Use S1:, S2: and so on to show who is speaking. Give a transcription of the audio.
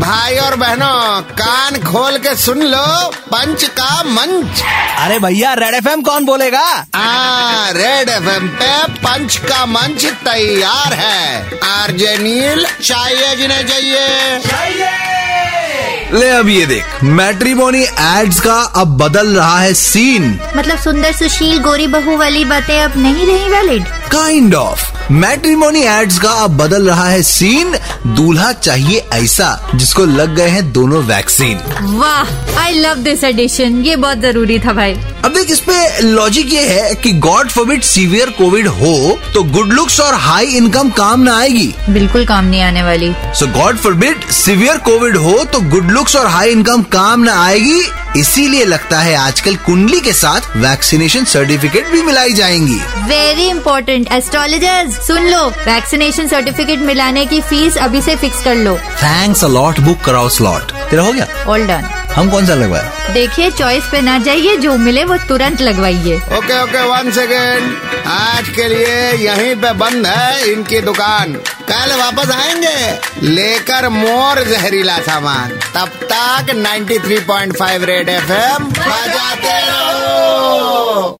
S1: भाई और बहनों कान खोल के सुन लो पंच का मंच
S2: अरे भैया रेड एफ कौन बोलेगा
S1: आ, रेड एफ पे पंच का मंच तैयार है आरजे नील चाहिए जिन्हें चाहिए
S2: ले अब ये देख मैट्रीमोनी एड्स का अब बदल रहा है सीन
S3: मतलब सुंदर सुशील गोरी बहू वाली बातें अब नहीं रही valid
S2: kind of matrimony ads का अब बदल रहा है सीन दूल्हा चाहिए ऐसा जिसको लग गए हैं दोनों वैक्सीन
S3: वाह आई लव दिस एडिशन ये बहुत जरूरी था भाई
S2: अब देख इस पे लॉजिक ये है कि गॉड फॉरबिड सीवियर कोविड हो तो गुड लुक्स और हाई इनकम काम ना आएगी
S3: बिल्कुल काम नहीं आने वाली
S2: so God forbid severe Covid हो तो गुड लुक्स और हाई इनकम काम न आएगी इसीलिए लगता है आजकल कुंडली के साथ वैक्सीनेशन सर्टिफिकेट भी मिलाई जाएंगी
S3: वेरी इंपॉर्टेंट एस्ट्रोलॉजर्स सुन लो वैक्सीनेशन सर्टिफिकेट मिलाने की फीस अभी से फिक्स कर लो
S2: थैंक्स अलॉट बुक कराओ स्लॉट तेरा हो गया
S3: ऑल डन
S2: हम कौन सा लगवाया
S3: देखिए चॉइस पे ना जाइए जो मिले वो तुरंत लगवाइए
S1: ओके ओके वन सेकेंड आज के लिए यहीं पे बंद है इनकी दुकान कल वापस आएंगे लेकर मोर जहरीला सामान तब तक 93.5 रेड एफ बजाते रहो